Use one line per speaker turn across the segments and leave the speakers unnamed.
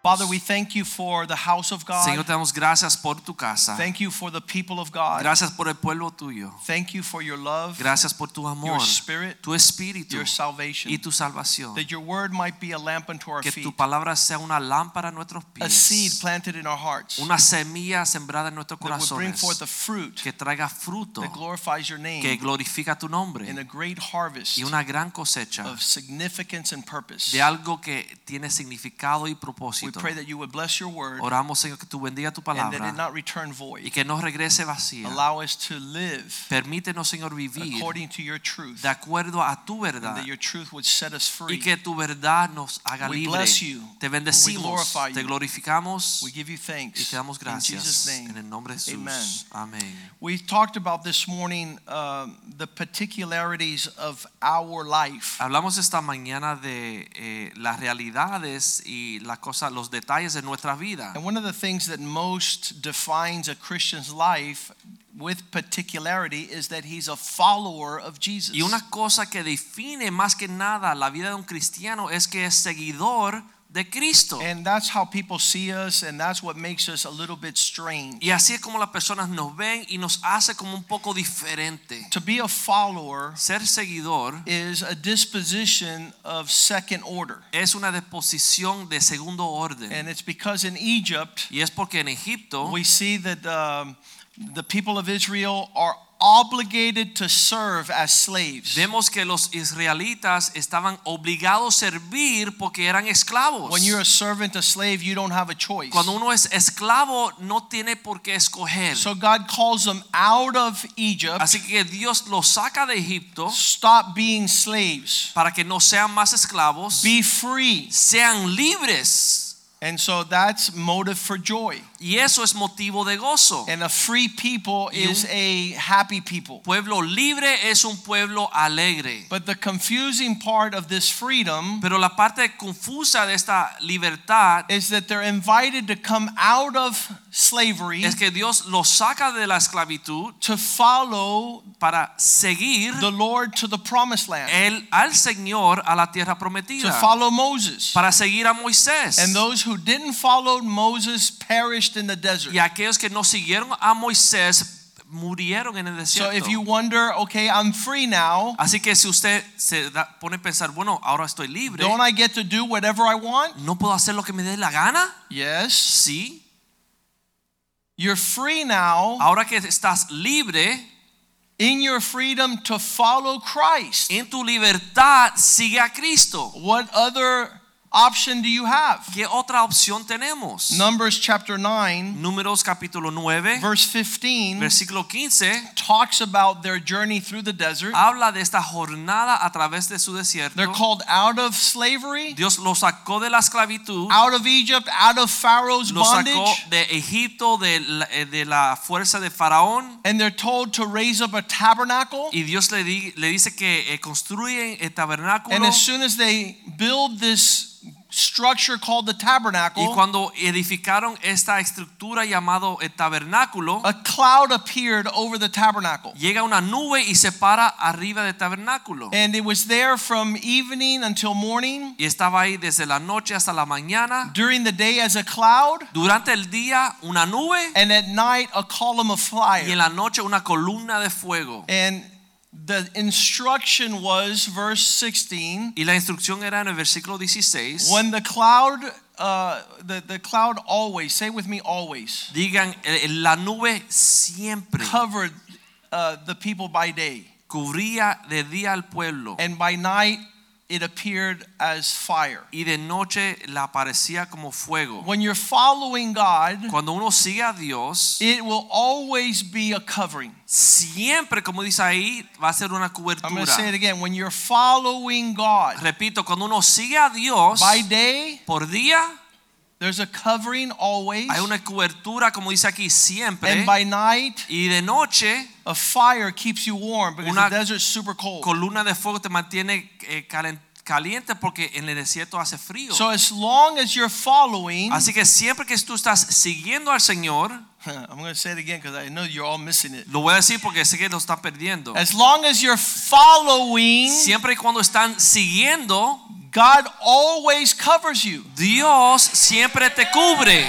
Father, we thank you for the house of God.
Señor, te damos gracias por tu casa.
Thank you for the people of God.
Gracias por el pueblo tuyo.
Thank you for your love,
Gracias por tu amor,
your spirit,
tu espíritu
your salvation.
y tu salvación.
That your word might be a lamp unto our
Que
feet,
tu palabra sea una lámpara a nuestros
a seed
pies,
planted in our hearts
una semilla sembrada en nuestros
that would bring
corazones,
forth a fruit
que traiga fruto,
that glorifies your name
que glorifica tu
in a
nombre
great harvest
y una gran cosecha
of significance and purpose.
de algo que tiene significado y
We
propósito.
pray that you would bless your word
Oramos, Señor, que tú bendiga tu
and that it
palabra
not return
y
void.
que no regrese vacía.
Allow us to live
Permítenos, Señor, vivir
according to your truth
de acuerdo a tu
and
verdad
that your truth would set us
y
free.
que tu verdad nos haga
We
libre.
bless you.
Te bendecimos,
glorify
te
you.
glorificamos
We give you
y
thanks.
te damos
In Jesus'
gracias
name.
en el nombre de Jesús. Amén.
We talked about this morning um, the particularities of our life.
Hablamos esta mañana de eh, las realidades y las cosas, los detalles de nuestra vida.
And one of the things that most defines a Christian's life with particularity is that he's a follower of Jesus.
Y una cosa que define más que nada la vida de un cristiano es que es seguidor de Cristo.
And that's how people see us, and that's what makes us a little bit strange.
Y así es como las personas nos ven y nos hace como un poco diferente.
To be a follower
Ser seguidor
is a disposition of second order.
es una disposición de segundo orden.
And it's because in Egypt,
Y es porque en Egipto
we see that um, the people of Israel are obligated to serve as slaves.
vemos que los israelitas estaban obligados a servir porque eran esclavos.
When you're a servant, a slave, you don't have a choice.
Cuando uno es esclavo no tiene por qué escoger.
So God calls them out of Egypt.
Así que Dios los saca de Egipto
Stop being slaves.
para que no sean más esclavos,
Be free.
sean libres.
And so that's motive for joy.
Y eso es motivo de gozo.
And a free people
Y un-
is a happy people.
Pueblo libre es un pueblo alegre.
But the confusing part of this freedom
Pero la parte confusa de esta libertad
is that they're invited to come out of slavery
es que Dios los saca de la esclavitud
to follow
para seguir
the Lord to the promised land,
el, al Señor a la tierra
to
prometida
follow Moses.
para seguir a Moisés.
And those who didn't follow Moses perished in the desert.
y aquellos que no siguieron a Moisés murieron en el
So
desierto.
if you wonder, okay, I'm free now.
Así que si usted se da- pone a pensar, bueno, ahora estoy libre,
Don't I get to do whatever I want?
¿no puedo hacer lo que me dé la gana?
Yes.
Sí.
You're free now
Ahora que estás libre,
in your freedom to follow Christ.
en tu libertad sigue a Cristo.
What other option do you have?
¿Qué otra opción tenemos?
Numbers chapter 9,
Números capítulo 9,
verse 15
versículo 15,
talks about their journey through the desert.
habla de esta jornada a través de su desierto.
They're called out of slavery,
Dios los sacó de la esclavitud,
out of Egypt, out of Pharaoh's
los sacó
bondage.
de Egipto, de la, eh, de la fuerza de Faraón,
And they're told to raise up a tabernacle.
y Dios le, di- le dice que eh, construyen el tabernáculo.
And as soon as they build this structure called the
Y
tabernacle,
cuando edificaron esta estructura llamado el tabernáculo,
a cloud appeared over the tabernacle.
llega una nube y se para arriba del tabernáculo.
And it was there from evening until morning,
Y estaba ahí desde la noche hasta la mañana.
during the day as a cloud,
Durante el día una nube
and at night a column of
y en
fire.
la noche una columna de fuego.
And the instruction was, verse 16,
Y la instrucción era en el versículo 16.
when the cloud, uh, the, the cloud always, say with me, always,
Digan, eh, eh, la nube siempre
covered uh, the people by day,
cubría de día al pueblo
and by night it appeared as fire.
y de noche la aparecía como fuego.
When you're following God,
Cuando uno sigue a Dios,
it will always be a covering.
siempre, como dice ahí, va a ser una
I'm going to say it
cobertura.
again. When you're following God
Repito, cuando uno sigue a Dios
by day,
por día
There's a covering always,
Hay una cobertura, como dice aquí, siempre.
and by night,
Y de noche,
a fire keeps you warm because
Una
the desert's super cold.
columna de fuego te mantiene eh, calen- caliente porque en el desierto hace frío.
So as long as you're following,
Así que siempre que tú estás siguiendo al Señor,
I'm going to say it again because I know you're all missing it.
lo voy a decir porque sé que lo están perdiendo.
As long as you're following,
Siempre y cuando están siguiendo,
God always covers you
Dios siempre te cubre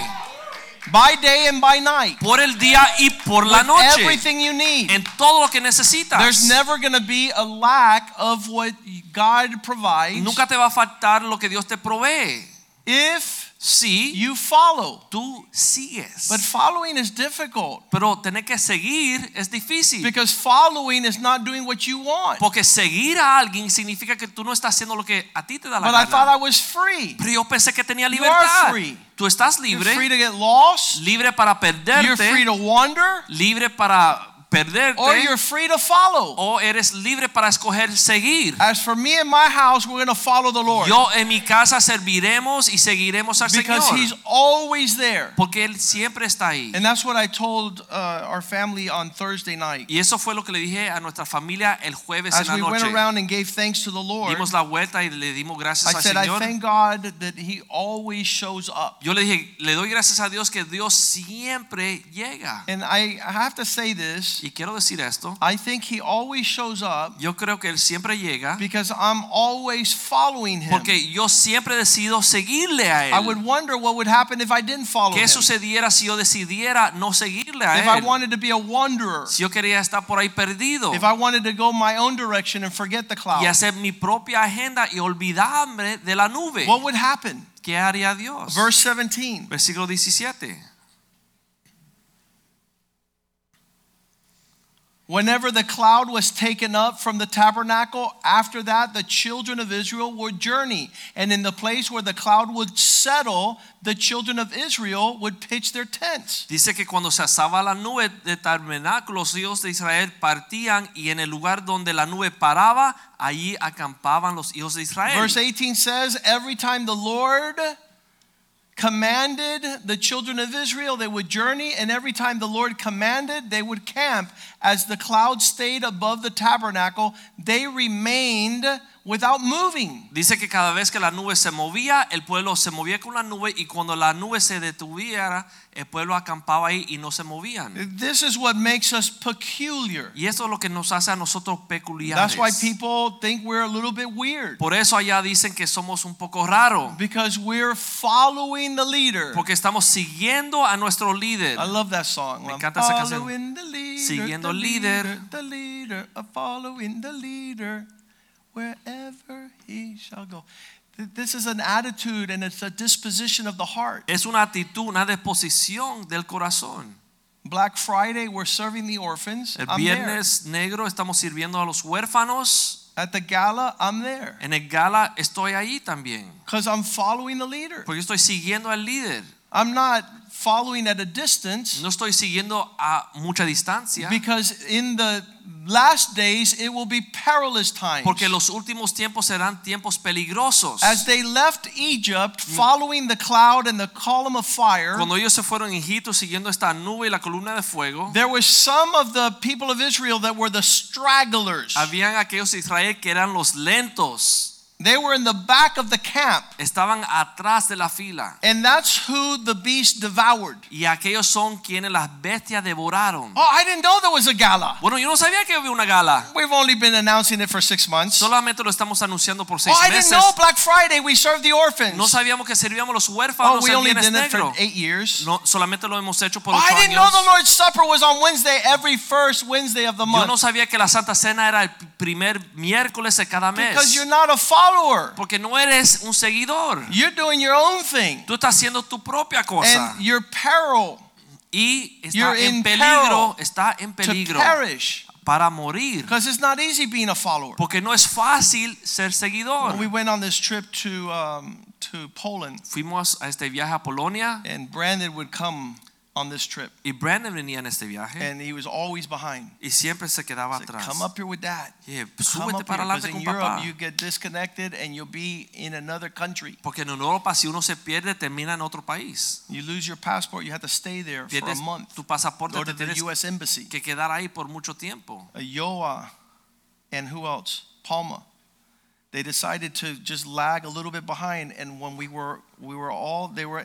by day and by night.
por el día y por la
With
noche
everything you need.
en todo lo que necesitas.
There's never going to be a lack of what God provides
Nunca te va a faltar lo que Dios te provee
if
si
you follow.
tú sigues.
But following is difficult
Pero tener que seguir es difícil.
because following is not doing what you want.
Porque seguir a alguien significa que tú no estás haciendo lo que a ti te da la
But I thought
gana.
I was free.
Pero yo pensé que tenía
You
libertad.
are free.
Tú estás
You're free
libre,
to get lost,
libre para
you're free
perderte,
to wander,
libre para
or
perderte
you're free to follow.
o eres libre para escoger seguir.
As for me and my house, we're going to follow the Lord
Yo en mi casa serviremos y seguiremos al
because He's
Señor.
always there.
Porque Él siempre está ahí.
And that's what I told uh, our family on Thursday night.
Y eso fue lo que le dije a nuestra familia el jueves en
As
la
we went
noche.
around and gave thanks to the Lord,
Dimos la vuelta y le dimos gracias
I
al
said, I
Señor.
thank God that He always shows up.
Yo le dije, le doy gracias a Dios que Dios siempre llega.
And I I have to say this
Y quiero decir esto.
I think He always shows up
Yo creo que Él siempre llega
because I'm always following Him.
porque yo siempre decido seguirle a
I would
Él.
wonder what would happen if I didn't follow Him.
¿Qué sucediera si yo decidiera no seguirle
If I
a Él?
wanted to be a wanderer,
Si yo quería estar por ahí perdido
if I wanted to go my own direction and forget the
oh. y
clouds,
hacer mi propia agenda y olvidarme de la nube,
what would happen?
¿qué haría Dios?
Verse 17.
Versículo 17.
Whenever the cloud was taken up from the tabernacle, after that the children of Israel would journey. And in the place where the cloud would settle, the children of Israel would pitch their tents.
Dice que cuando se asaba la nube de tabernáculo, los hijos de Israel partían y en el lugar donde la nube paraba, allí acampaban los hijos de Israel.
Verse 18 says, Every time the Lord commanded the children of Israel, they would journey, and every time the Lord commanded, they would camp. As the cloud stayed above the tabernacle, they remained without moving.
Dice que cada vez que la nube se movía, el pueblo se movía con la nube y cuando la nube se detuviera, el pueblo acampaba ahí y no se movían.
This is what makes us peculiar.
Y eso es lo que nos hace a nosotros peculiares.
That's why people think we're a little bit weird
Por eso allá dicen que somos un poco raros,
because we're following the leader.
porque estamos siguiendo a nuestro líder.
I love that song.
Me
I'm
encanta esa canción.
following the leader,
Siguiendo
the
al líder.
leader, the leader, I'm following the leader wherever he shall go. Th- This is an attitude and it's a disposition of the heart.
Es una actitud, una disposición del corazón.
Black Friday, we're serving the orphans.
El
I'm there.
viernes negro estamos sirviendo a los huérfanos.
At the gala, I'm there
En el gala estoy ahí también.
because I'm following the leader.
Porque estoy siguiendo al líder.
I'm not following at a distance.
No estoy siguiendo a mucha distancia.
Because in the last days it will be perilous times.
Porque los últimos tiempos serán tiempos peligrosos.
As they left Egypt, following the cloud and the column of fire,
Cuando ellos se fueron a Egipto siguiendo esta nube y la columna de fuego,
there was some of the people of Israel that were the stragglers.
habían aquellos de Israel que eran los lentos.
They were in the back of the camp,
Estaban atrás de la fila.
and that's who the beast devoured.
Y aquellos son quienes las bestias devoraron.
Oh, I didn't know there was a gala.
Bueno, yo no sabía que había una gala.
We've only been announcing it for six months. Oh,
Solamente lo estamos anunciando por seis
I didn't
meses.
know Black Friday we served the
No
orphans.
sabíamos que servíamos los
Oh,
huérfanos
we
el
only
viernes
did it for
negro.
eight years.
No, solamente lo hemos hecho por
Oh,
ocho
I didn't know
años.
the Lord's Supper was on Wednesday every first Wednesday of the
Yo no
month.
sabía que la Santa Cena era el primer miércoles de cada mes.
Because you're not a follower.
Porque no eres un seguidor.
You're doing your own thing.
Tú estás haciendo tu propia cosa.
And your peril
y está
you're
en
in
peligro, está en
to
peligro
perish.
para morir.
Because it's not easy being a follower.
Porque no es fácil ser seguidor.
We went on this trip to um, to Poland
Fuimos a este viaje a Polonia
and Brandon would come on this trip,
Y Brandon venía en este viaje
and he was always behind.
y siempre se quedaba
Said,
Eh. atrás.
Come up here with dad.
Yeah,
Come
súbete
up here,
para
'cause
adelante
in
con
Europe
papá.
you get disconnected and you'll be in another country.
Porque en Europa si uno se pierde termina en otro país.
You lose your passport, you have to stay there for a
Pierdes
month.
tu pasaporte,
Go to
te
the
tienes
U.S. embassy.
que quedar ahí por mucho tiempo.
Iowa, and who else? Palma. They decided to just lag a little bit behind, and when we were we were all they were,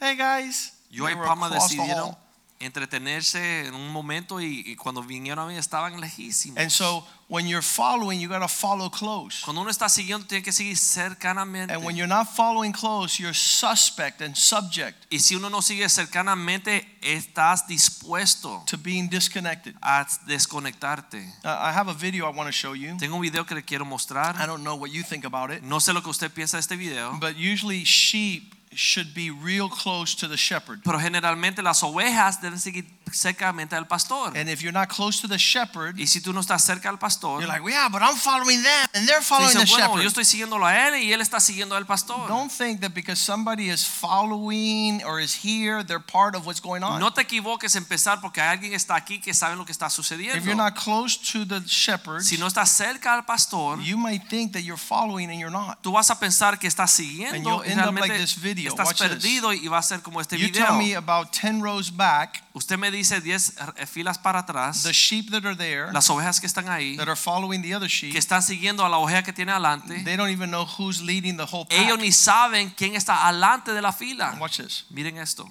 hey guys,
Yo
they
y
were
Palma
across the
decidieron
hall.
entretenerse en un momento y, y cuando vinieron a mí estaban lejísimos.
And so when you're following, you gotta follow close.
cuando uno está siguiendo tiene que seguir cercanamente.
And when you're not following close, you're suspect and subject
y si uno no sigue cercanamente estás dispuesto
to being disconnected.
a desconectarte.
Uh, I have a video I want to show you.
Tengo un video que le quiero
I
mostrar.
don't know what you think about it,
No sé lo que usted piensa de este video,
but usually sheep should be real close to the shepherd.
pero generalmente las ovejas deben seguir cercamente al pastor.
And if you're not close to the shepherd,
Y si tú no estás cerca al pastor,
You're like, yeah, but I'm following them, and they're
tú
following
dices,
the
bueno,
shepherd.
yo estoy siguiéndolo a él y él está siguiendo al pastor.
Don't think that because somebody is following or is here, they're part of what's going on.
No te equivoques en empezar porque hay alguien que está aquí que sabe lo que está
if you're
sucediendo.
not close to the shepherd,
Si no estás cerca al pastor,
you might think that you're following and you're not.
tú vas a pensar que estás
And
siguiendo
you'll
y
end up like
realmente
this video.
estás
Watch this.
perdido y va a ser como este
You tell
video.
me about 10 rows back,
Usted me dice 10 r- filas para atrás,
the sheep that are there,
las ovejas que están ahí,
that are following the other sheep,
que están siguiendo a la oveja que tiene adelante,
they don't even know who's leading the whole
ellos
pack.
ni saben quién está adelante de la fila.
Watch this.
Miren esto.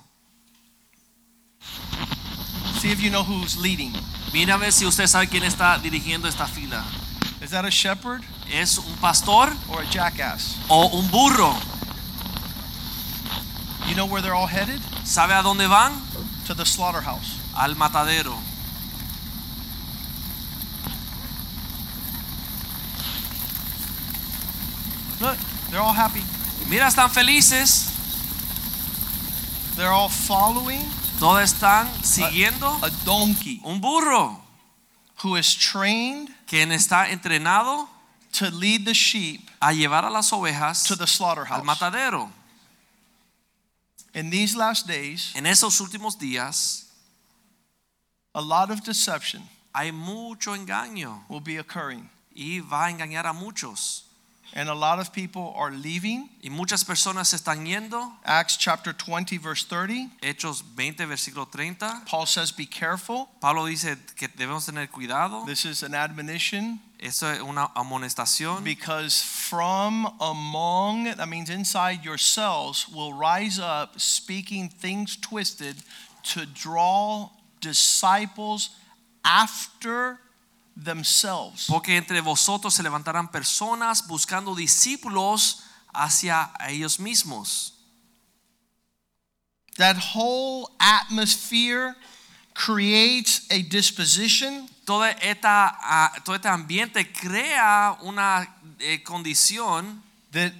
See if you know who's leading.
Mira a ver si usted sabe quién está dirigiendo esta fila.
Is that a shepherd
¿Es un pastor
or a jackass?
o un burro?
You know where they're all headed?
¿Sabe a dónde van?
To the slaughterhouse.
Al matadero.
Look, they're all happy.
Mira, están felices.
They're all following
Todos están siguiendo
a donkey
un burro
who is trained
quien está entrenado
to lead the sheep
a llevar a las ovejas
to the
al
slaughterhouse.
matadero.
In these last days,
En esos últimos días
a lot of deception
hay mucho engaño
will be occurring,
y va a engañar a muchos.
and a lot of people are leaving.
Y muchas personas se están yendo.
Acts chapter 20, verse 30,
Hechos 20, versículo 30.
Paul says, Be careful.
Pablo dice que debemos tener cuidado.
This is an admonition
Eso es una amonestación.
because from among, that means inside yourselves, will rise up speaking things twisted to draw disciples after themselves.
Porque entre vosotros se levantarán personas buscando discípulos hacia ellos mismos.
That whole atmosphere creates a disposition
toda esta, ah, todo este ambiente crea una eh, condición
that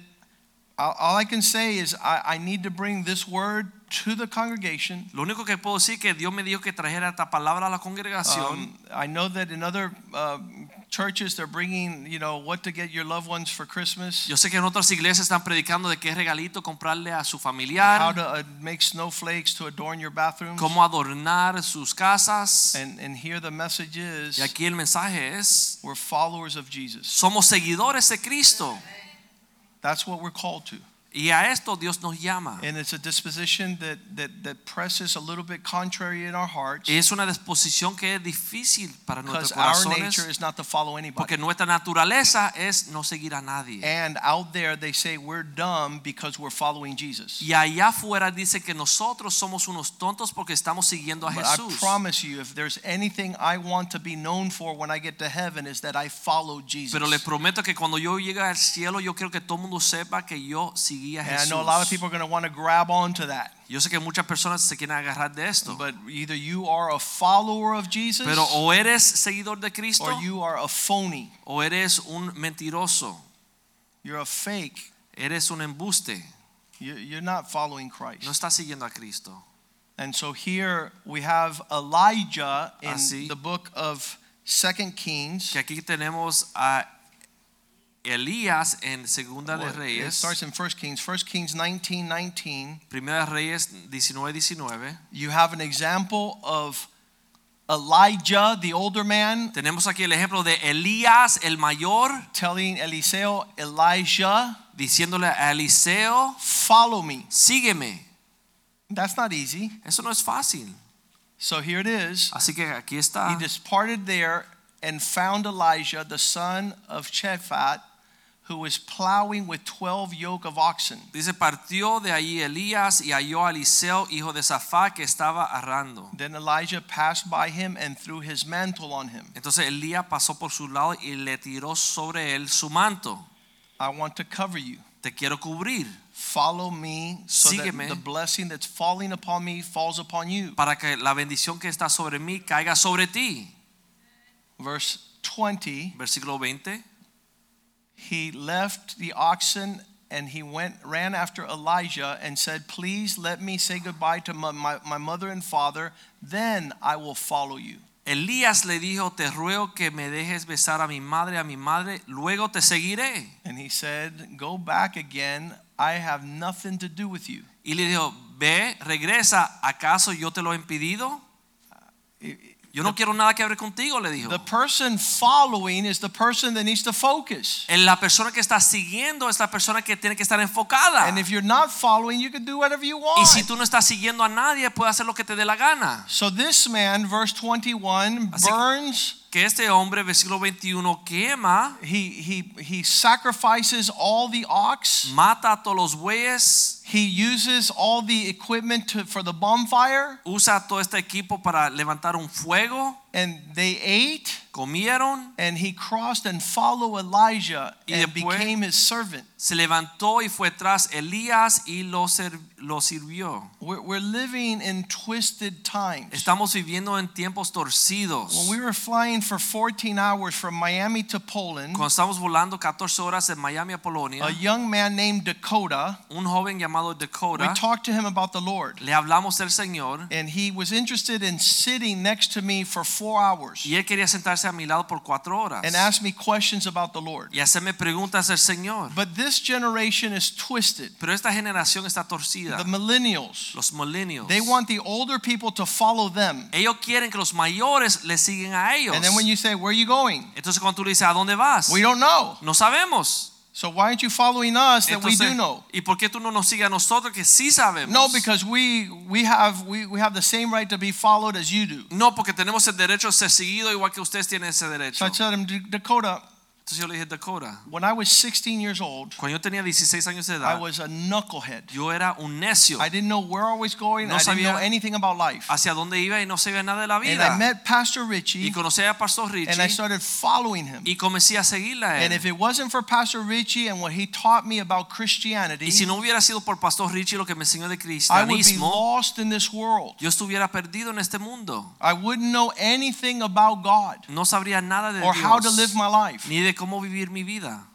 all all I can say is I, I need to bring this word to the congregation.
lo único que puedo decir que Dios me dijo que trajera esta palabra a la congregación
Um, I know that in other um churches they're bringing, you know, what to get your loved ones for Christmas,
yo sé que en otras iglesias están predicando de qué regalito comprarle a su
how
familiar
to uh, make snowflakes to adorn your bathrooms.
cómo adornar sus casas
And, and here the message
y
is
aquí el mensaje es
we're followers of Jesus.
somos seguidores de Cristo
That's what we're called to.
y a esto Dios nos llama
And it's a disposition that, that, that presses a little bit contrary in our hearts.
es una disposición que es difícil para nuestros
Because our
corazones
nature is not to follow anybody.
porque nuestra naturaleza es no seguir a nadie
And out there, they say we're dumb because we're following Jesus.
Y allá afuera dice que nosotros somos unos tontos porque estamos siguiendo a
But I
Jesús.
promise you, if there's anything I want to be known for when I get to heaven, is that I follow Jesus.
Pero les prometo que cuando yo llegue al cielo, yo quiero que todo el mundo sepa que yo seguí a
And I
Jesús.
know a lot of people are going to want to grab onto that.
Yo sé que muchas personas se quieren agarrar de esto.
But either you are a follower of Jesus
Pero o eres seguidor de Cristo
or you are a phony.
o eres un mentiroso.
You're a fake.
Eres un embuste.
You- You're not following
No
Christ.
estás siguiendo a Cristo.
And so here we have Elijah in
Así.
the book of Second Kings.
Que aquí tenemos a Elías en Segunda de
Well, it
Reyes,
starts in 1 Kings. 1 Kings 19 19.
Primera de Reyes 19 19,
You have an example of Elijah, the older man,
tenemos aquí el ejemplo de Elías el mayor
telling Eliseo, Elijah,
diciéndole a Eliseo,
follow me.
sígueme.
That's not easy.
Eso no es fácil.
So here it is.
Así que aquí
He
está.
departed there and found Elijah, the son of Shaphat, who was plowing with 12 yoke of oxen.
Dice, partió de allí Elías y halló a Eliseo, hijo de Safá, que estaba arrando.
Then Elijah passed by him and threw his mantle on him.
Entonces Elías pasó por su lado y le tiró sobre él su manto.
I want to cover you.
Te quiero cubrir
Follow me so
Sígueme.
that the blessing that's falling upon me falls upon you.
para que la bendición que está sobre mí caiga sobre ti.
Verse 20
Versículo 20.
He left the oxen and he went ran after Elijah and said, "Please let me say goodbye to my, my, my mother and father, then I will follow you."
Elías le dijo, te ruego que me dejes besar a mi madre, a mi madre, luego te seguiré.
And he said, "Go back again. I have nothing to do with you."
Y le dijo, ve, regresa, ¿acaso yo te lo he impedido? Yo no quiero nada que ver contigo, le dijo.
The person following is the person that needs to focus.
En La persona que está siguiendo es la persona que tiene que estar enfocada.
And if you're not following, you can do whatever you
Ah. Y si
want.
tú no estás siguiendo a nadie, puedes hacer lo que te dé la gana.
So this man, verse 21,
Así-
burns.
Que este hombre, versículo 21, quema,
He he he sacrifices all the ox.
mata a todos los bueyes,
He uses all the equipment to, for the bonfire,
usa todo este equipo para levantar un fuego,
and they ate,
comieron,
and he crossed and followed Elijah
Y
and
después-
became his servant.
se levantó y fue tras Elías y lo, ser- lo sirvió.
We're, we're living in twisted times.
Estamos viviendo en tiempos torcidos.
When we were flying for 14 hours from Miami to Poland,
Cuando estamos volando 14 horas en Miami a Polonia,
a young man named Dakota,
un joven llamado
we
Dakota,
talked to him about the Lord,
le hablamos del Señor
and he was interested in sitting next to me for four hours
y él quería sentarse a mi lado por cuatro horas
and ask me questions about the Lord.
y hacerme preguntas del Señor.
But this generation is twisted.
Pero esta generación está torcida.
The millennials.
Los millennials.
They want the older people to follow them.
ellos quieren que los mayores le siguen a ellos.
And then when you say, Where are you going?
Entonces cuando tú le dices, ¿a dónde vas?
We don't know.
no sabemos.
So why aren't you following us that we
Entonces,
do know?
¿Y por qué tú no nos sigues a nosotros que sí sabemos?
No, because we we have we, we have the same right to be followed as you do.
No, porque tenemos el derecho a ser seguido igual que ustedes tienen ese derecho.
So I told him, "Da- Dakota,
Entonces yo le dije, Dakota,
when I was 16 years old,
cuando yo tenía 16 años de
I
edad,
was a knucklehead.
yo era un necio.
I didn't know where I was going.
No
I didn't know
sabía-
anything about life.
Hacia dónde iba y no sabía nada de la
And
vida.
I met Pastor
y
Richie,
conocí a Pastor
and I
Richie
started following him.
y comencé a seguirla a él.
And if it wasn't for Pastor Richie and what he taught me about Christianity,
Y si no hubiera sido por Pastor Richie lo que me enseñó de
I would be
cristianismo,
lost in this world.
yo estuviera perdido en este mundo.
I wouldn't know anything about God
No sabría nada de
or how to
Dios
live my life.
ni de cómo vivir mi vida.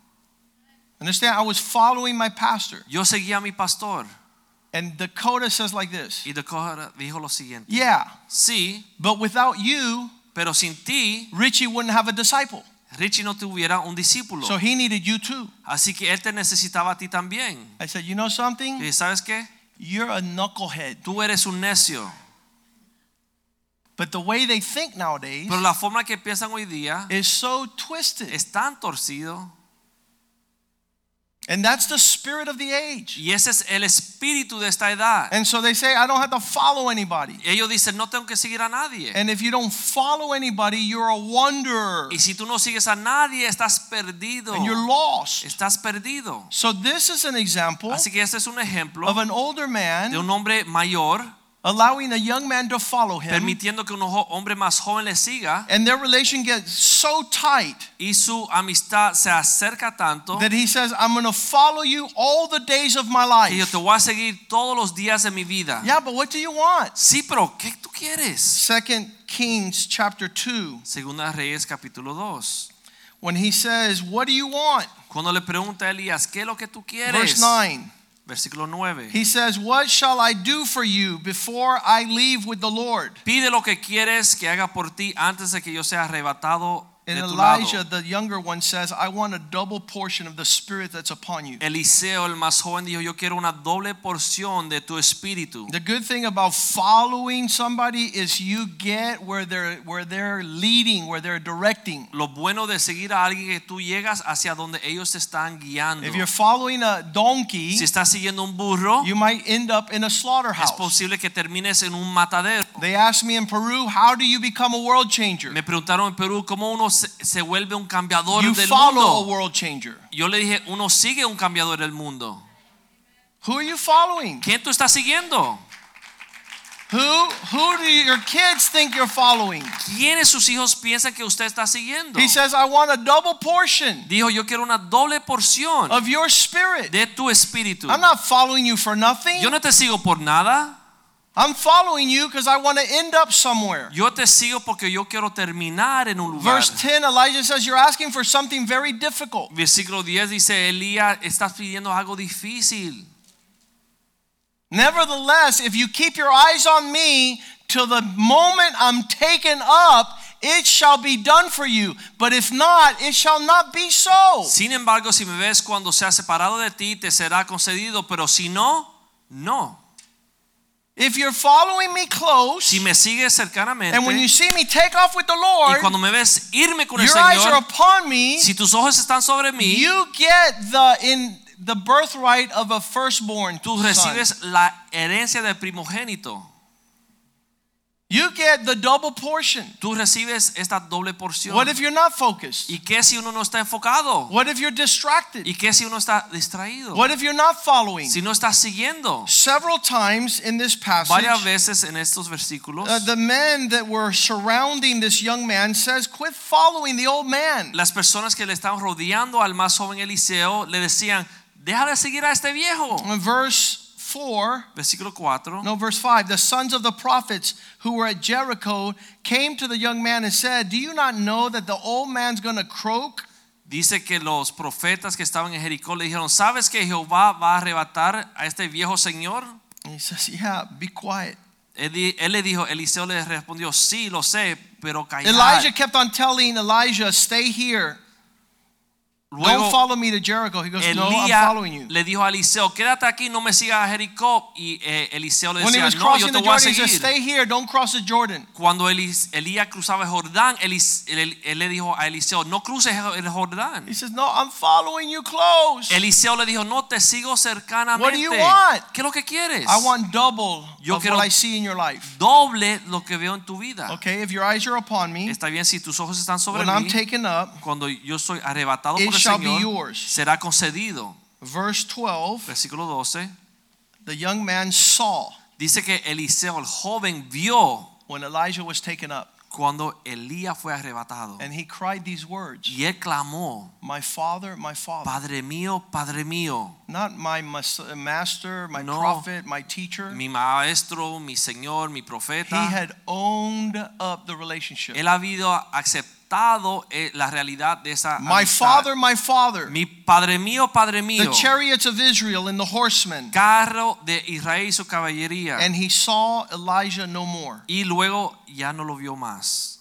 Understand? I was following my pastor.
Yo seguía a mi pastor
And Dakota says like this
y Dakota dijo lo siguiente:
Yeah,
Sí,
but without you,
pero sin ti,
Richie wouldn't have a disciple.
Richie no tuviera un discípulo.
So he needed you too.
Así que él te necesitaba a ti también.
I said, You know something?
Y sabes qué?
You're a knucklehead.
Tú eres un necio.
But the way they think nowadays
Pero la forma que piensan hoy día
is so twisted.
es tan torcido.
And that's the spirit of the age.
Y ese es el espíritu de esta edad.
And so they say, I don't have to follow anybody.
Ellos dicen, no tengo que seguir a nadie.
And if you don't follow anybody, you're a wanderer
Y si tú no sigues a nadie, estás perdido.
and you're lost.
Estás perdido.
So this is an example
Así que este es un ejemplo
of an older
de
man
un hombre mayor
allowing a young man to follow him,
permitiendo que un jo- hombre más joven le siga
and their relation gets so tight
y su amistad se acerca tanto
that he says, "I'm going to follow you all the days of my
que yo
life."
te voy a seguir todos los días de mi vida.
Yeah, but what do you want?
Sí, pero ¿qué tú quieres?
Second Kings chapter two,
Segunda de Reyes capítulo 2.
when he says, "What do you want?"
Cuando le pregunta a Elías, ¿qué es lo que tú quieres?
Verse nine,
Versículo 9.
he says, "What shall I do for you before I leave with the Lord?"
Pide lo que quieres que haga por ti antes de que yo sea arrebatado
And
de tu
Elijah,
lado.
the younger one, says, I want a double portion of the spirit that's upon you.
Eliseo, el más joven, dijo, yo quiero una doble porción de tu espíritu.
The good thing about following somebody is you get where they're where they're leading, where they're directing.
Lo bueno de seguir a alguien que tú llegas hacia donde ellos te están guiando.
If you're following a donkey,
Si estás siguiendo un burro,
you might end up in a
es
slaughterhouse.
posible que termines en un matadero.
They asked me in Peru, how do you become a world changer?
Me preguntaron en Perú cómo uno se, se vuelve un cambiador
You
del
follow a
mundo.
world changer.
Yo le dije, uno sigue un cambiador del mundo.
Who are you following?
¿Quién tú estás siguiendo?
Who who do your kids think you're following?
¿Quiénes sus hijos piensan que usted está siguiendo?
He says, I want a double portion
Dijo, yo quiero una doble porción
of your spirit.
de tu espíritu.
I'm not following you for nothing.
Yo no te sigo por nada.
I'm following you because I want to end up somewhere.
Yo te sigo porque yo quiero terminar en un lugar.
Verse 10, Elijah says, You're asking for something very difficult.
Versículo 10 dice, Elías, estás pidiendo algo difícil.
Nevertheless, if you keep your eyes on me till the moment I'm taken up, it shall be done for you. But if not, it shall not be so.
Sin embargo, si me ves cuando sea separado de ti, te será concedido, pero si no, no.
If you're following me close,
Si me sigues cercanamente
and when you see me take off with the
y
Lord,
cuando me ves irme con el
your eyes are
Señor,
upon me,
si tus ojos están sobre mí,
you get the in the birthright of a firstborn.
tú
son.
recibes la herencia del primogénito.
You get the double portion.
Tú recibes esta doble porción.
What if you're not focused?
¿Y qué si uno no está enfocado?
What if you're distracted?
¿Y qué si uno está distraído?
What if you're not following?
Si no está siguiendo.
Several times in this passage,
Varias veces en estos versículos,
uh, the men that were surrounding this young man says, "Quit following the old man."
las personas que le estaban rodeando al más joven Eliseo le decían, deja de seguir a este viejo.
In Uh, verse four,
Versículo 4.
no, verse five. The sons of the prophets who were at Jericho came to the young man and said, "Do you not know that the old man's going to croak?"
Dice que los profetas que estaban en Jericó le dijeron, ¿sabes que Jehová va a arrebatar a este viejo señor?
And he says, "Yeah, be quiet."
Él, di- él le dijo, Eliseo le respondió, sí, lo sé, pero callad.
Elijah kept on telling Elijah, "Stay here. Don't
Luego
follow me to Jericho." He goes, "No, I'm
Elías
following you."
le dijo a Eliseo, quédate aquí, no me sigas a Jericó. Y eh, Eliseo le
When he
decía,
was
no, yo
crossing
te
the
voy a
Jordan, he said,
seguir.
"Stay here. Don't cross the Jordan."
Cuando Elis- Elías cruzaba el Jordán, Elis- él, él le dijo a Eliseo, no cruces el Jordán.
He says, No, I'm following you close.
Eliseo le dijo, no te sigo
What do you
cercanamente.
want?
¿Qué es lo que quieres?
I want double
Yo
of
quiero-
what I see in your life.
Doble lo que veo en tu vida.
Okay, if your eyes are upon me,
Está bien si tus ojos están sobre
Mm. when I'm
mí.
taken up,
Cuando yo soy arrebatado
It
por el
shall be
Señor,
yours.
será concedido.
verse 12,
Versículo 12.
the young man saw
Dice que Eliseo, el joven, vio
when Elijah was taken up,
cuando Elías fue arrebatado.
and he cried these words
Y él clamó,
My father, my father.
Padre mío, Padre mío,
Not my mas- master, my
No.
prophet, my teacher.
mi maestro, mi Señor, mi
He
profeta.
had owned up the relationship.
Él ha habido aceptado eh, la realidad de esa
My
amistad.
father, my father.
Mi Padre mío, Padre
The
mío.
chariots of Israel and the horsemen.
Carro de Israel y su caballería.
And he saw Elijah no more.
Y luego ya no lo vio más.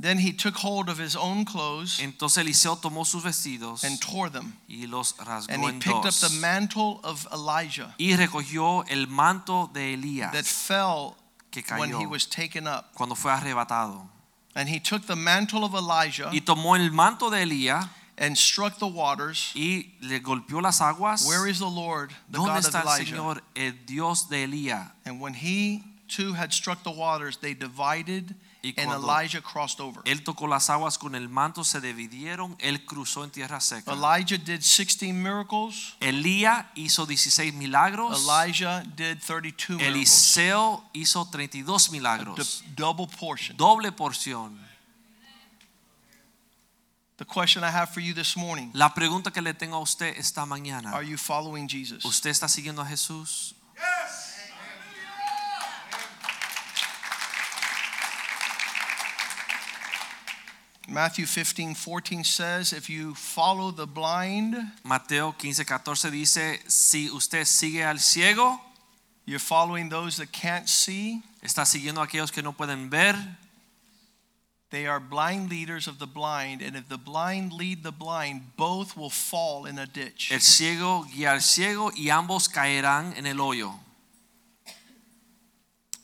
Then he took hold of his own clothes
Entonces Eliseo tomó sus vestidos
and tore them.
y los rasgó
And he
en
picked up
dos.
the mantle of Elijah
y recogió el manto de Elías
that fell
que
when
cayó
he was taken up.
cuando fue arrebatado.
And he took the mantle of Elijah
Y tomó el manto de Elías
and struck the waters.
y le golpeó las aguas.
Where is the Lord, the
¿Dónde
God of
está el
Elijah?
Señor, el Dios de Elías?
And when he too had struck the waters, they divided
Y
and
cuando-
Elijah crossed over.
Él tocó las aguas con el manto, se dividieron, él cruzó en tierra seca.
Elijah did 16 miracles.
Elías hizo 16 milagros.
Elijah did 32 miracles.
Eliseo hizo 32
D-
milagros.
double portion.
Doble porción.
The question I have for you this morning
La pregunta que le tengo a usted esta
are
mañana.
you following Jesus?
¿Usted está siguiendo a Jesús?
Matthew 15, 14 says, If you follow the blind,
Mateo 15, 14 dice, si usted sigue al ciego,
you're following those that can't see.
está siguiendo a aquellos que no pueden ver.
They are blind leaders of the blind, and if the blind lead the blind, both will fall in a ditch.
El ciego guía al ciego y ambos caerán en el hoyo.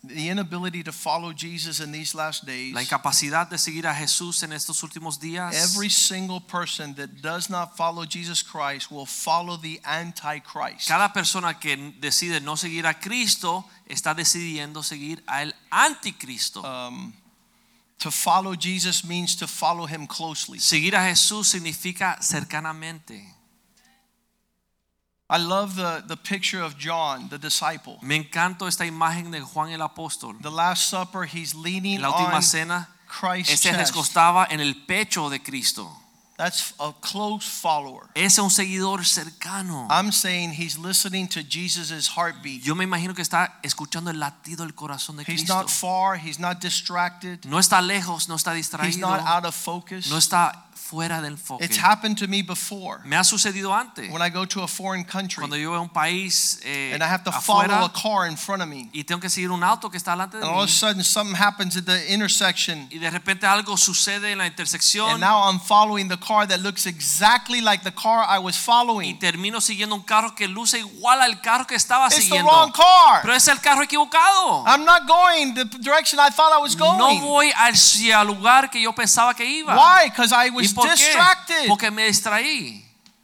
The inability to follow Jesus in these last days,
La incapacidad de seguir a Jesús en estos últimos días.
every single person that does not follow Jesus Christ will follow the Antichrist.
Cada persona que decide no seguir a Cristo está decidiendo seguir al anticristo.
Um, to follow Jesus means to follow him closely.
Seguir a Jesús significa cercanamente.
I love the, the picture of John, the disciple.
Me encanta esta imagen de Juan el apóstol.
The Last Supper, he's
En
leaning
la última
on
cena,
Christ's
este
chest.
recostaba en el pecho de Cristo.
That's a close follower.
Ese es un seguidor cercano.
I'm saying he's listening to Jesus' heartbeat.
Yo me imagino que está escuchando el latido del corazón de
He's
Cristo.
not far, he's not distracted,
No está lejos, no está
he's
distraído,
not
no
out of focus.
está fuera del enfoque.
It's happened to me before
Me ha sucedido antes,
when I go to a foreign country
cuando yo veo un país eh,
and I have to follow a
afuera
car in front of me.
y tengo que seguir un auto que está delante de
And all of
mí
a sudden something happens at the intersection
y de repente algo sucede en la
and
intersección
now I'm following the car that looks exactly like the car I was
y
following.
termino siguiendo un carro que luce igual al carro que estaba
It's the
siguiendo.
wrong car.
Pero es el carro equivocado.
I'm not going the direction I thought I was
No
going.
voy hacia el lugar que yo pensaba que iba.
Why? Because I
¿Y
was
por qué?
distracted.
Porque me distraí.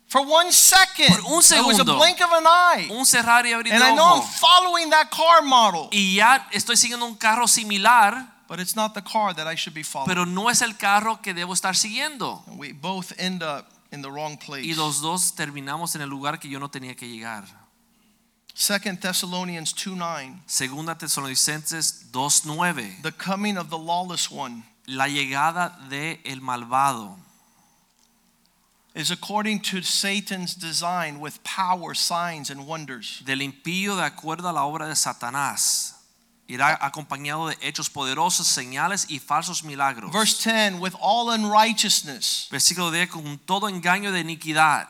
For one second,
Por un
it was a
segundo.
blink of an eye,
Un cerrar y abrir
and
de
I know I'm
ojo.
following that car model,
Y ya estoy siguiendo un carro similar,
but it's not the car that I should be following.
pero no es el carro que debo estar siguiendo.
And we both end up in the wrong
Y
place.
los dos terminamos en el lugar que yo no tenía que llegar.
Second Thessalonians two nine,
Segunda Tesalonicenses 2:9,
the coming of the lawless one
la llegada de el malvado
is according to Satan's design with power, signs, and wonders.
del impío de acuerdo a la obra de Satanás. Irá acompañado de hechos poderosos, señales y falsos milagros.
Verse ten, with all unrighteousness,
Versículo 10 con todo engaño de iniquidad,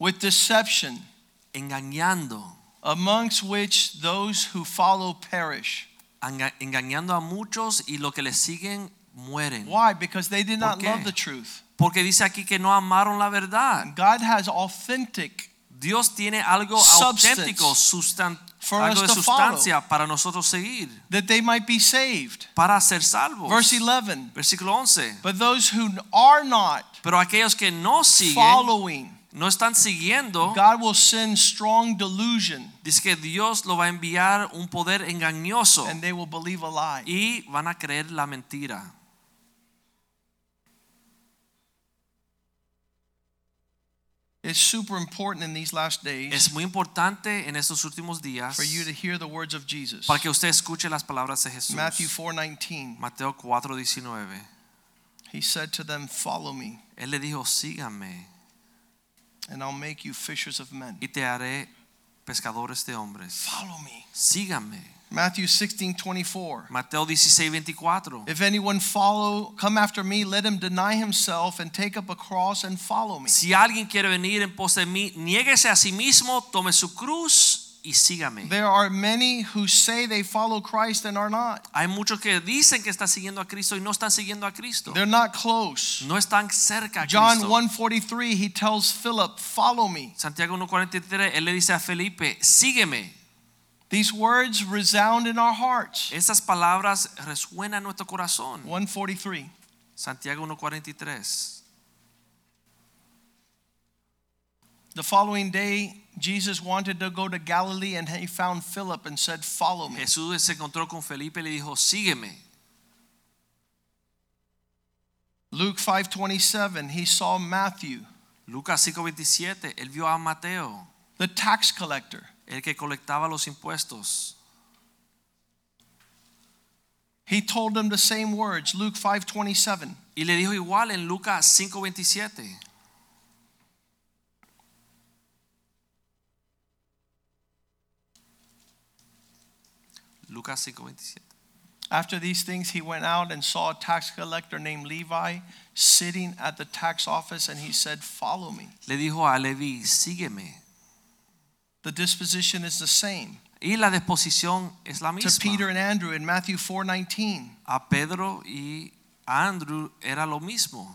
with deception,
engañando,
amongst which those who follow perish.
enga- engañando a muchos y los que le siguen mueren.
Why? Because they did not
qué?
love the truth.
Porque dice aquí que no amaron la verdad.
God has authentic
Dios tiene algo
Substance.
auténtico, sustan-
For
algo
us
de
to follow.
sustancia para nosotros seguir,
that they might be saved.
para ser salvos.
Verse 11.
Versículo 11.
But those who are not
Pero aquellos que no siguen,
following,
no están siguiendo,
God will send strong delusion
dice que Dios lo va a enviar un poder engañoso
and they will believe a lie.
Oh. y van a creer la mentira.
It's super important in these last days
Es muy importante en estos últimos días
for you to hear the words of Jesus.
para que usted escuche las palabras de Jesús.
Matthew 4:19.
Mateo 4:19.
He said to them, "Follow me,
Él le dijo, síganme
and I'll make you fishers of men."
y te haré pescadores de hombres.
Follow me.
Síganme.
Matthew 16:24.
Mateo 16:24.
If anyone follow, come after me, let him deny himself and take up a cross and follow me.
Si alguien quiere venir en pos de mí, niéguese a sí mismo, tome su cruz y sígame.
There are many who say they follow Christ and are not.
Hay muchos que dicen que están siguiendo a Cristo y no están siguiendo a Cristo.
They're not close.
No están cerca a
John
Cristo.
1:43 he tells Philip, "Follow me."
Santiago 1:43, él le dice a Felipe, sígueme.
These words resound in our hearts.
Esas palabras resuenan en nuestro corazón.
143.
Santiago 1:43.
The following day, Jesus wanted to go to Galilee and he found Philip and said, "Follow me."
Jesús se encontró con Felipe y le dijo, sígueme.
Luke 5:27 he saw Matthew,
Lucas 5:27, él vio a Mateo,
the tax collector.
el que colectaba los impuestos.
He told him the same words, Luke 5:27.
Y le dijo igual en Lucas 5:27. Lucas 5:27.
After these things, he went out and saw a tax collector named Levi sitting at the tax office, and he said, Follow me.
Le dijo a Leví, sígueme.
The disposition is the same
Y la disposición es la
to
misma.
Peter and Andrew in Matthew 4:19.
A Pedro y A Andrew era lo mismo.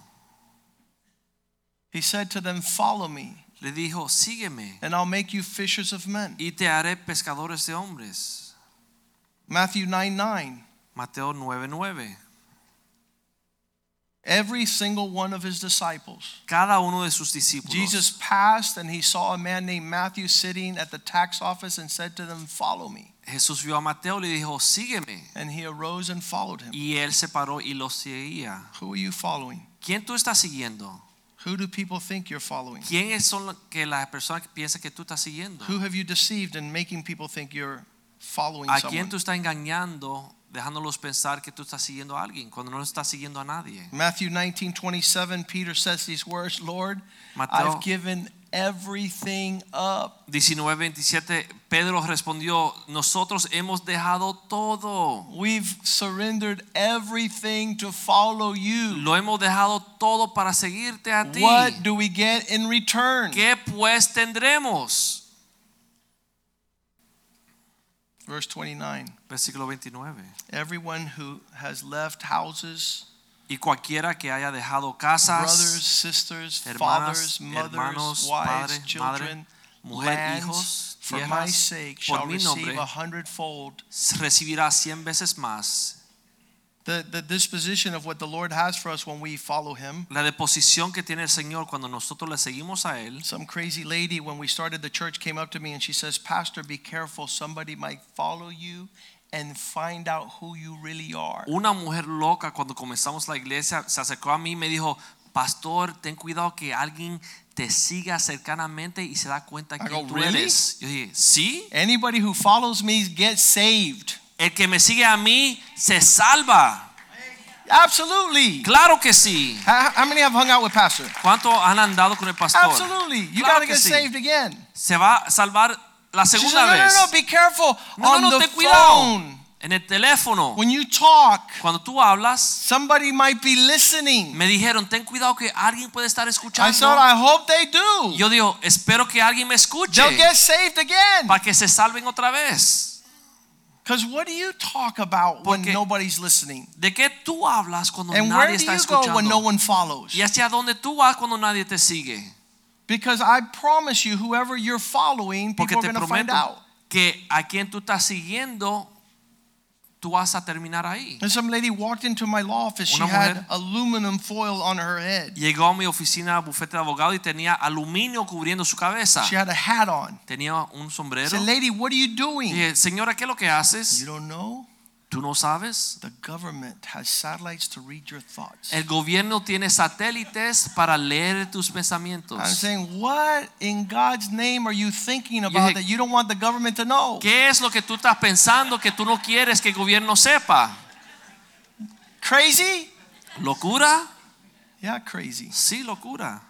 He said to them, Follow me,
Le dijo, sígueme
and I'll make you fishers of men.
y te haré pescadores de hombres.
Matthew 9 9.
Mateo 9:9.
Every single one of his disciples.
Cada uno de sus discípulos.
Jesus passed and he saw a man named Matthew sitting at the tax office and said to them, Follow me.
Jesús vio a Mateo y le dijo, sígueme.
And he arose and followed him.
Y él se paró y lo seguía.
Who are you following?
¿Quién tú estás siguiendo?
Who do people think you're following?
¿Quiénes son la- que las personas que piensan que tú estás siguiendo?
Who have you deceived in making people think you're following
¿A
someone?
quién tú estás engañando, dejándolos pensar que tú estás siguiendo a alguien cuando no estás siguiendo a nadie?
Matthew 19, 27, Peter says these words Lord,
Mateo
I've given everything up.
19:27 Pedro respondió, "Nosotros hemos dejado todo.
We've surrendered everything to follow you.
Lo hemos dejado todo para seguirte a ti.
What do we get in return?
¿Qué pues tendremos?"
Verse 29
Versículo 29.
Everyone who has left houses,
Y cualquiera que haya dejado casas,
brothers, sisters,
hermanas,
fathers,
hermanos,
mothers, wives,
padre,
children,
mujer,
lands,
hijos,
for my
tierras,
sake
por
shall
mi
receive
nombre,
a hundredfold.
recibirá cien veces más.
The, the disposition of what the Lord has for us when we follow Him.
La deposición que tiene el Señor cuando nosotros le seguimos a él.
Some crazy lady, when we started the church, came up to me and she says, Pastor, be careful. Somebody might follow you and find out who you really are.
Una mujer loca cuando comenzamos la iglesia se acercó a mí y me dijo, "Pastor, ten cuidado que alguien te siga cercanamente y se da cuenta
I
que
go,
tú
"Really?"
eres." Yo dije, "Sí,
Anybody who follows me gets saved.
el que me sigue a mí se salva."
Absolutely.
Claro que sí.
How, how many have hung out with Pastor?
¿Cuántos han andado con el pastor?
Absolutely. You
Claro
got to
que
get
sí.
saved again.
Se va a salvar la
She said,
segunda
no, no,
vez.
no, be careful.
No,
On
no, no,
the
ten cuidado.
phone,
En el teléfono,
when you talk,
cuando tú hablas,
somebody might be listening.
me dijeron, ten cuidado que alguien puede estar
I
escuchando.
said, I hope they do.
Yo digo, espero que alguien me escuche
They'll get saved again.
para que se salven otra vez.
Because what do you talk about when
Porque-
nobody's listening?
¿De qué tú hablas cuando
And where
nadie
do
está
you go
escuchando?
when no one follows?
¿Y hacia dónde tú vas cuando nadie te sigue?
Because I promise you, whoever you're following,
Porque
people are
te
going to find out.
prometo que a quien tú estás siguiendo, tú vas a terminar ahí.
And some lady walked into my law office. She
Una
had
mujer-
aluminum foil on her head.
Llegó a mi oficina, bufete de abogado, y tenía aluminio cubriendo su cabeza.
She had a hat on.
Tenía un
I
sombrero.
said, lady, what are you doing?
Dije, señora, ¿qué es lo que
You
haces?
don't know?
¿Tú no sabes?
The government has satellites to read your thoughts.
El gobierno tiene satélites para leer tus
I'm
pensamientos.
saying, what in God's name are you thinking
dije-
about that you don't want the government to know?
¿Qué es lo que tú estás pensando que tú no quieres que el gobierno sepa?
Crazy?
¿Locura?
Yeah, crazy.
Sí, locura.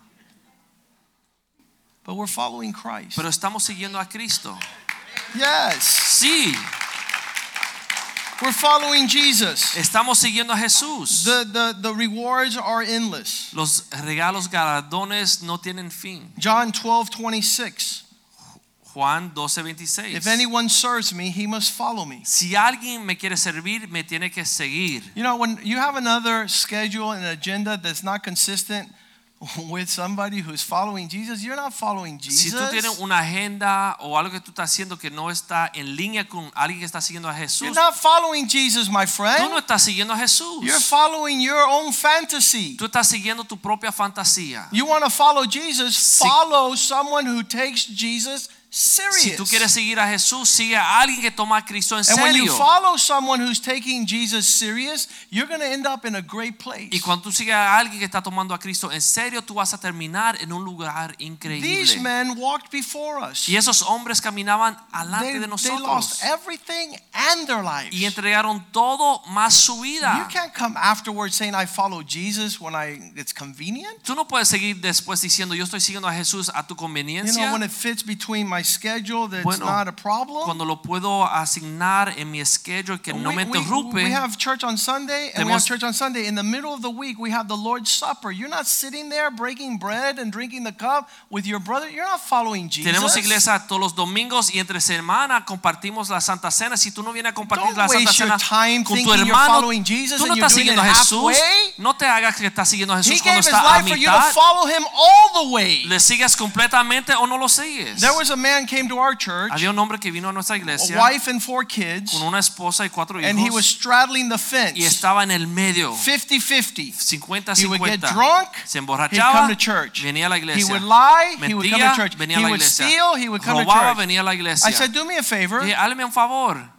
But we're following Christ.
Pero estamos siguiendo a Cristo.
Yes,
Sí,
we're following Jesus.
estamos siguiendo a Jesús.
The, the, the rewards are endless.
Los regalos, galardones no tienen fin.
John 12, 26.
Juan
If
12:26.
anyone serves me, he must follow me.
Si alguien me quiere servir, me tiene que seguir.
You know, when you have another schedule and agenda that's not consistent with somebody who's following Jesus, you're not following
Si tú tienes
Jesus.
una agenda o algo que tú estás haciendo que no está en línea con alguien que está siguiendo a Jesús,
You're not following Jesus, my
tú no
friend.
estás siguiendo a Jesús.
You're following your own fantasy.
Tú estás siguiendo tu propia fantasía.
You want to follow Jesus,
Si-
follow someone who takes Jesus
Si tú
serious.
quieres seguir a Jesús, sigue a alguien que toma a Cristo en
And when you
serio.
follow someone who's taking Jesus serious, you're going to end up in a great place.
Y cuando tú sigues a alguien que está tomando a Cristo en serio, tú vas a terminar en un lugar
These
increíble.
men walked before us.
Y esos hombres caminaban
They,
alante de
they lost
nosotros
everything and their lives.
y entregaron todo más su
You
vida.
can't come afterwards saying I follow Jesus when I it's convenient.
Tú no puedes seguir después diciendo yo estoy siguiendo a Jesús a tu
You know
conveniencia
when it fits between my schedule that's
Bueno,
not a problem.
cuando lo puedo asignar en mi schedule que no
we,
me
we- we
interrumpe.
have church on Sunday and we have
Tenemos-
church on Sunday. In the middle of the week we have the Lord's Supper. You're not sitting there breaking bread and drinking the cup with your brother. You're not following
Tenemos
Jesus.
iglesia todos los domingos y entre semana compartimos la Santa Cena. Si tú no vienes a compartir
Don't
la Santa
waste your
Cena
time
con tu
thinking you're
hermano,
following Jesus
tú no
and you're
estás
doing it
siguiendo a Jesús.
halfway.
No te hagas que estás siguiendo a
He
Jesús cuando
gave his
está a
life for you to
mitad.
follow him all the way.
¿Le sigues completamente o no lo sigues?
There was a man came to our church,
Había un hombre que vino a nuestra
a
iglesia
wife and four kids,
con una esposa y cuatro
and he was
hijos
straddling the
y
fence,
estaba en el medio
50-50. He would get
50-50.
drunk, he'd come
Se emborrachaba,
to church.
venía a la
He
iglesia.
would lie, he would come
Mentía,
to church.
venía a
He
la
would
iglesia.
steal, he would come to
Robaba,
church.
venía a la iglesia.
I said, do me a favor,
Dije, "Hazme un favor,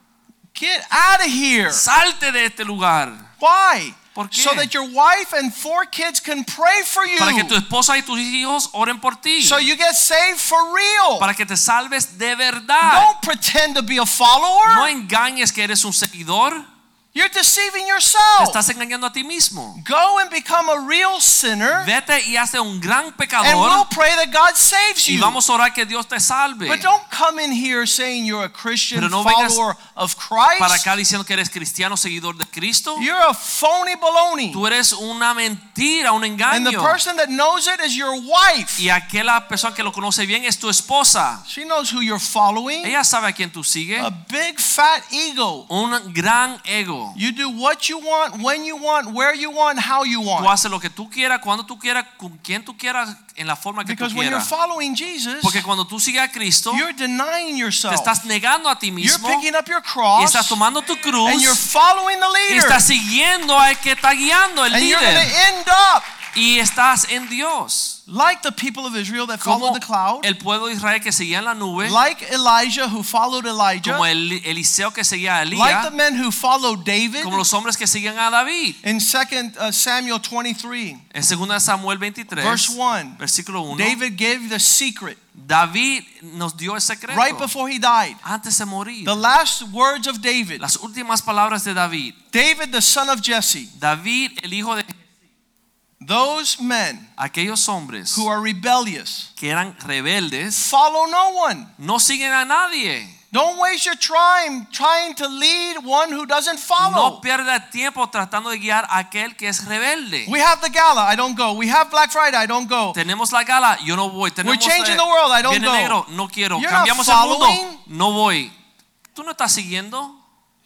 get out of here.
salte de este lugar
Why?
¿Por qué?
So that your wife and four kids can pray for you.
para que tu esposa y tus hijos oren por ti,
So you get saved for real.
para que te salves de verdad.
Don't pretend to be a follower.
No engañes que eres un seguidor,
You're deceiving
te
yourself.
estás engañando a ti mismo.
Go and become a real sinner,
Vete y hazte un gran
and we'll
pecador
pray that God saves
y
you.
vamos a orar que Dios te salve.
But don't come in here saying you're a Christian
Pero no vengas
follower of
Para
Christ.
acá diciendo que eres cristiano, seguidor de Cristo,
You're a phony baloney.
tú eres una mentira, un
And the
engaño.
person that knows it is your wife.
Y aquella persona que lo conoce bien es tu esposa.
She knows who you're following.
Ella sabe a quién tú sigues.
A big fat ego.
Un gran ego.
You do what you want, when you want, where you want, how you
Tú
want.
haces lo que tú quieras, cuando tú quieras, con quien tú quieras, en la forma que
Because
tú
when you're
quieras.
following Jesus,
Porque cuando tú sigues a Cristo,
you're denying
te
yourself.
estás negando a ti
You're
mismo
picking up your
y
cross
estás tomando tu
and you're
cruz
following the
y
leader.
estás siguiendo al que está guiando, el
And you're going
líder.
to end up
Y estás en Dios.
like the people of Israel that
Como
followed the cloud,
el pueblo de Israel que seguía en la nube,
like Elijah who followed Elijah,
como el Eliseo que seguía a
like the
Elías,
men who followed David
como los hombres que siguen a David.
in 2 Samuel 23,
En 2 Samuel 23,
verse 1.
versículo 1,
David gave the secret
David nos dio el secreto
right before he died.
antes de morir.
The last words of David.
Las últimas palabras de David.
David the son of Jesse.
David, el hijo de
Those men
aquellos hombres
who are rebellious
que eran rebeldes,
follow no one.
no siguen a nadie.
Don't waste your time trying to lead one who doesn't
No
follow.
pierda tiempo tratando de guiar a aquel que es rebelde.
We have the gala, I don't go. We have Black Friday, I don't go.
Tenemos la gala, yo no voy. Tenemos
changing
eh,
the world, I don't
Viene
go.
negro, no quiero.
You're
Cambiamos el
not
mundo,
following.
no voy. Tú no estás siguiendo,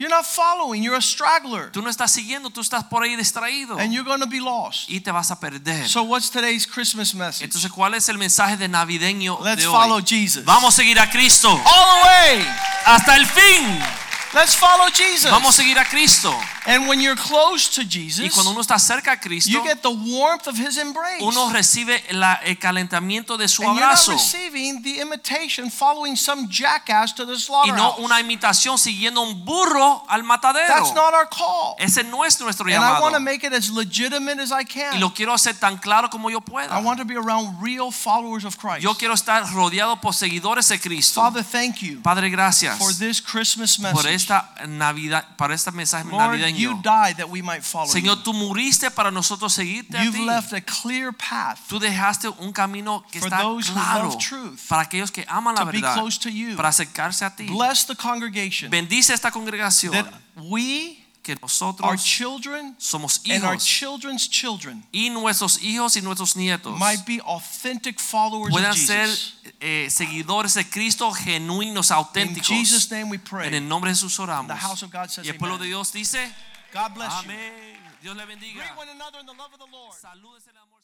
You're not following, you're a straggler.
tú no estás siguiendo, tú estás por ahí distraído
And you're going to be lost.
y te vas a perder.
So, what's today's Christmas message?
Entonces, ¿cuál es el mensaje de navideño
Let's
de
follow
hoy?
Jesus.
eh. Vamos a seguir a Cristo
All the way.
hasta el fin.
Let's follow Jesus.
Vamos a seguir a Cristo.
And when you're close to
Y
Jesus,
cuando uno está cerca a Cristo,
you get the warmth of his embrace.
uno recibe la- el calentamiento de su
and you're not
abrazo
receiving the imitation following some jackass to the
y no
slaughterhouse.
una imitación siguiendo un burro al matadero.
That's not our call.
Ese no es nuestro
And I want to
llamado.
make it as legitimate as I
Y
can.
E lo quiero hacer tan claro como yo pueda.
I want to be around real followers of Christ.
Yo quiero estar rodeado por seguidores de Cristo.
Father, thank you
Padre, gracias
for this Christmas
por
message.
esta Navidad, para este mensaje
Lord, you
navideño.
died that we might follow
Señor, tú muriste para nosotros seguirte
you.
a
You've
ti.
left a clear path
Tú dejaste un camino que
For
está
those who
claro
love truth,
para aquellos que aman la
to be
verdad,
close to you.
para acercarse a ti.
Bless the congregation
Bendice esta congregación
that we,
que
our
nosotros
children,
somos
and our
hijos
children's children
y nuestros hijos y nuestros nietos
might be authentic followers of
puedan ser
Jesus.
eh, seguidores de Cristo genuinos,
In
auténticos.
Jesus' name we
En
pray.
el nombre de Jesús
The house
oramos.
of God says
Y el pueblo de
amen.
Dios dice,
God bless you.
amén. Dios le bendiga.
Greet one another in the love of the Lord.
Saludes el amor.